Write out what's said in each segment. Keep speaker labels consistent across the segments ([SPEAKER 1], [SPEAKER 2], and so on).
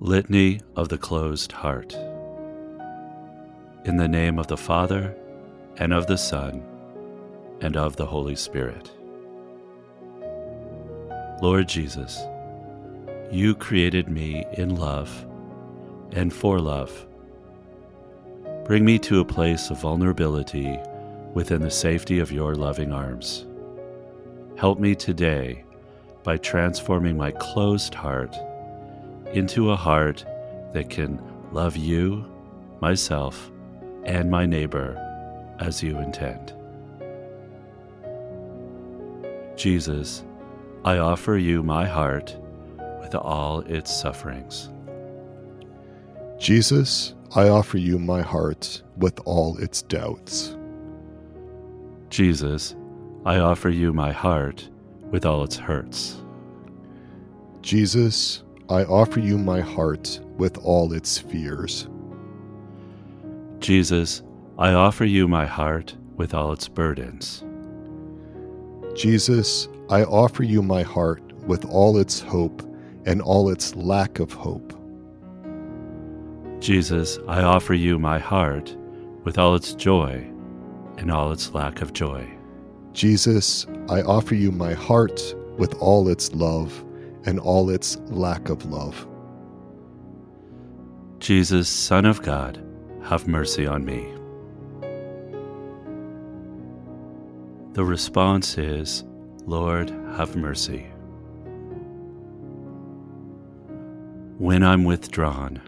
[SPEAKER 1] Litany of the Closed Heart. In the name of the Father, and of the Son, and of the Holy Spirit. Lord Jesus, you created me in love and for love. Bring me to a place of vulnerability within the safety of your loving arms. Help me today by transforming my closed heart into a heart that can love you, myself, and my neighbor as you intend. Jesus, I offer you my heart with all its sufferings.
[SPEAKER 2] Jesus, I offer you my heart with all its doubts.
[SPEAKER 1] Jesus, I offer you my heart with all its hurts.
[SPEAKER 2] Jesus, I offer you my heart with all its fears.
[SPEAKER 1] Jesus, I offer you my heart with all its burdens.
[SPEAKER 2] Jesus, I offer you my heart with all its hope and all its lack of hope.
[SPEAKER 1] Jesus, I offer you my heart with all its joy and all its lack of joy.
[SPEAKER 2] Jesus, I offer you my heart with all its love and all its lack of love.
[SPEAKER 1] Jesus, Son of God, have mercy on me. The response is, Lord, have mercy. When I'm withdrawn,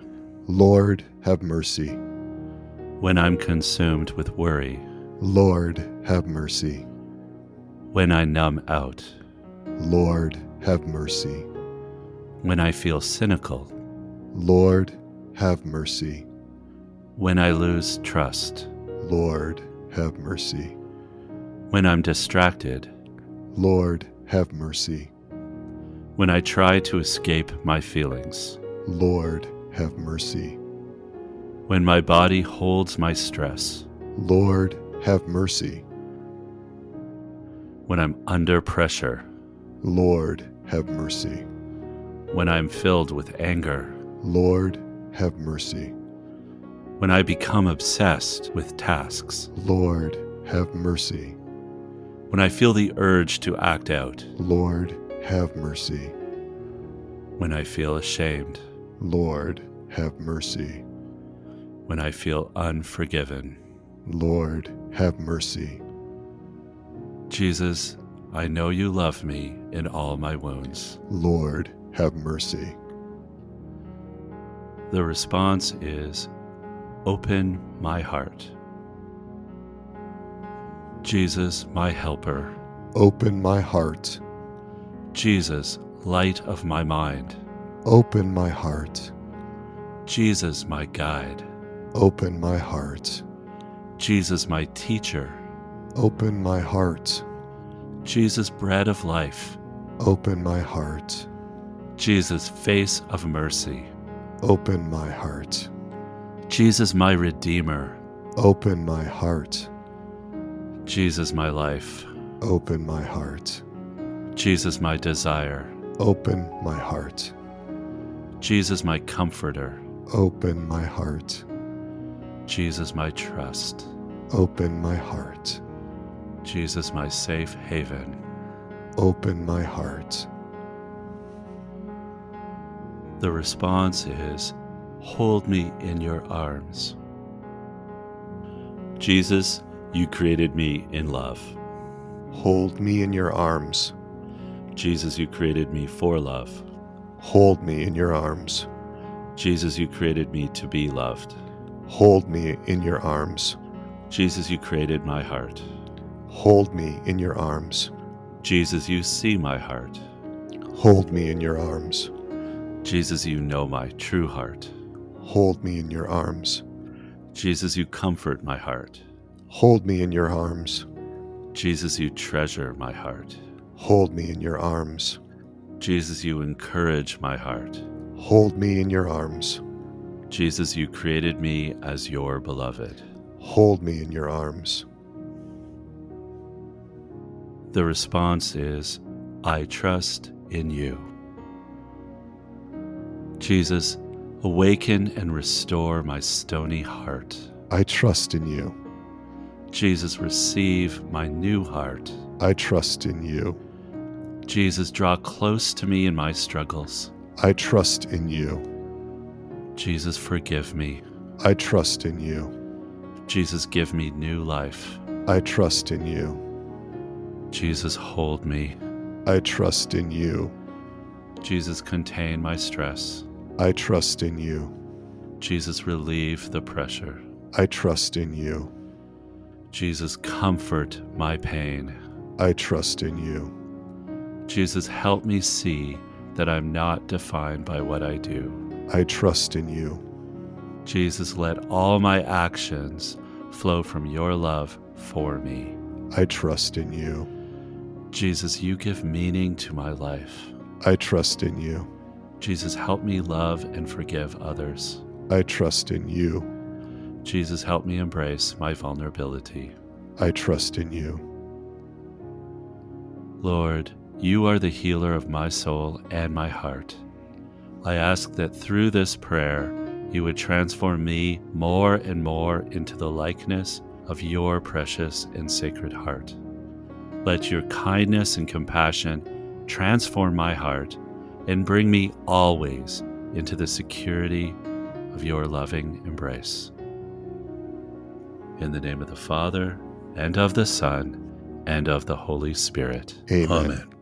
[SPEAKER 2] Lord, have mercy.
[SPEAKER 1] when I'm consumed with worry,
[SPEAKER 2] Lord, have mercy.
[SPEAKER 1] when I numb out,
[SPEAKER 2] Lord, have mercy.
[SPEAKER 1] when I feel cynical,
[SPEAKER 2] Lord, have mercy.
[SPEAKER 1] when I lose trust,
[SPEAKER 2] Lord, have mercy.
[SPEAKER 1] when I'm distracted,
[SPEAKER 2] Lord, have mercy.
[SPEAKER 1] when I try to escape my feelings,
[SPEAKER 2] Lord, have mercy.
[SPEAKER 1] when my body holds my stress,
[SPEAKER 2] Lord, have mercy.
[SPEAKER 1] when I'm under pressure,
[SPEAKER 2] Lord, have mercy.
[SPEAKER 1] when I'm filled with anger,
[SPEAKER 2] Lord, have mercy.
[SPEAKER 1] when I become obsessed with tasks,
[SPEAKER 2] Lord, have mercy.
[SPEAKER 1] when I feel the urge to act out,
[SPEAKER 2] Lord, have mercy.
[SPEAKER 1] when I feel ashamed,
[SPEAKER 2] Lord, have mercy.
[SPEAKER 1] when I feel unforgiven.
[SPEAKER 2] Lord, have mercy.
[SPEAKER 1] Jesus, I know you love me in all my wounds.
[SPEAKER 2] Lord, have mercy.
[SPEAKER 1] The response is Open my heart. Jesus, my helper.
[SPEAKER 2] Open my heart.
[SPEAKER 1] Jesus, light of my mind.
[SPEAKER 2] Open my heart.
[SPEAKER 1] Jesus, my guide.
[SPEAKER 2] Open my heart.
[SPEAKER 1] Jesus, my teacher.
[SPEAKER 2] Open my heart.
[SPEAKER 1] Jesus, bread of life.
[SPEAKER 2] Open my heart.
[SPEAKER 1] Jesus, face of mercy.
[SPEAKER 2] Open my heart.
[SPEAKER 1] Jesus, my redeemer.
[SPEAKER 2] Open my heart.
[SPEAKER 1] Jesus, my life.
[SPEAKER 2] Open my heart.
[SPEAKER 1] Jesus, my desire.
[SPEAKER 2] Open my heart.
[SPEAKER 1] Jesus, my comforter.
[SPEAKER 2] Open my heart.
[SPEAKER 1] Jesus, my trust.
[SPEAKER 2] Open my heart.
[SPEAKER 1] Jesus, my safe haven.
[SPEAKER 2] Open my heart.
[SPEAKER 1] The response is, Hold me in your arms. Jesus, you created me in love.
[SPEAKER 2] Hold me in your arms.
[SPEAKER 1] Jesus, you created me for love.
[SPEAKER 2] Hold me in your arms.
[SPEAKER 1] Jesus, you created me to be loved.
[SPEAKER 2] Hold me in your arms.
[SPEAKER 1] Jesus, you created my heart.
[SPEAKER 2] Hold me in your arms.
[SPEAKER 1] Jesus, you see my heart.
[SPEAKER 2] Hold me in your arms.
[SPEAKER 1] Jesus, you know my true heart.
[SPEAKER 2] Hold me in your arms.
[SPEAKER 1] Jesus, you comfort my heart.
[SPEAKER 2] Hold me in your arms.
[SPEAKER 1] Jesus, you treasure my heart.
[SPEAKER 2] Hold me in your arms.
[SPEAKER 1] Jesus, you encourage my heart.
[SPEAKER 2] Hold me in your arms.
[SPEAKER 1] Jesus, you created me as your beloved.
[SPEAKER 2] Hold me in your arms.
[SPEAKER 1] The response is, I trust in you. Jesus, Awaken and restore my stony heart.
[SPEAKER 2] I trust in you.
[SPEAKER 1] Jesus, receive my new heart.
[SPEAKER 2] I trust in you.
[SPEAKER 1] Jesus, draw close to me in my struggles.
[SPEAKER 2] I trust in you.
[SPEAKER 1] Jesus, forgive me.
[SPEAKER 2] I trust in you.
[SPEAKER 1] Jesus, give me new life.
[SPEAKER 2] I trust in you.
[SPEAKER 1] Jesus, hold me.
[SPEAKER 2] I trust in you.
[SPEAKER 1] Jesus, contain my stress.
[SPEAKER 2] I trust in you.
[SPEAKER 1] Jesus, relieve the pressure.
[SPEAKER 2] I trust in you.
[SPEAKER 1] Jesus, comfort my pain.
[SPEAKER 2] I trust in you.
[SPEAKER 1] Jesus, help me see that I'm not defined by what I do.
[SPEAKER 2] I trust in you.
[SPEAKER 1] Jesus, let all my actions flow from your love for me.
[SPEAKER 2] I trust in you.
[SPEAKER 1] Jesus, you give meaning to my life.
[SPEAKER 2] I trust in you.
[SPEAKER 1] Jesus, help me love and forgive others.
[SPEAKER 2] I trust in you.
[SPEAKER 1] Jesus, help me embrace my vulnerability.
[SPEAKER 2] I trust in you.
[SPEAKER 1] Lord, you are the healer of my soul and my heart. I ask that through this prayer, you would transform me more and more into the likeness of your precious and sacred heart. Let your kindness and compassion transform my heart and bring me always into the security of your loving embrace. In the name of the Father, and of the Son, and of the Holy Spirit.
[SPEAKER 2] Amen.
[SPEAKER 1] Amen.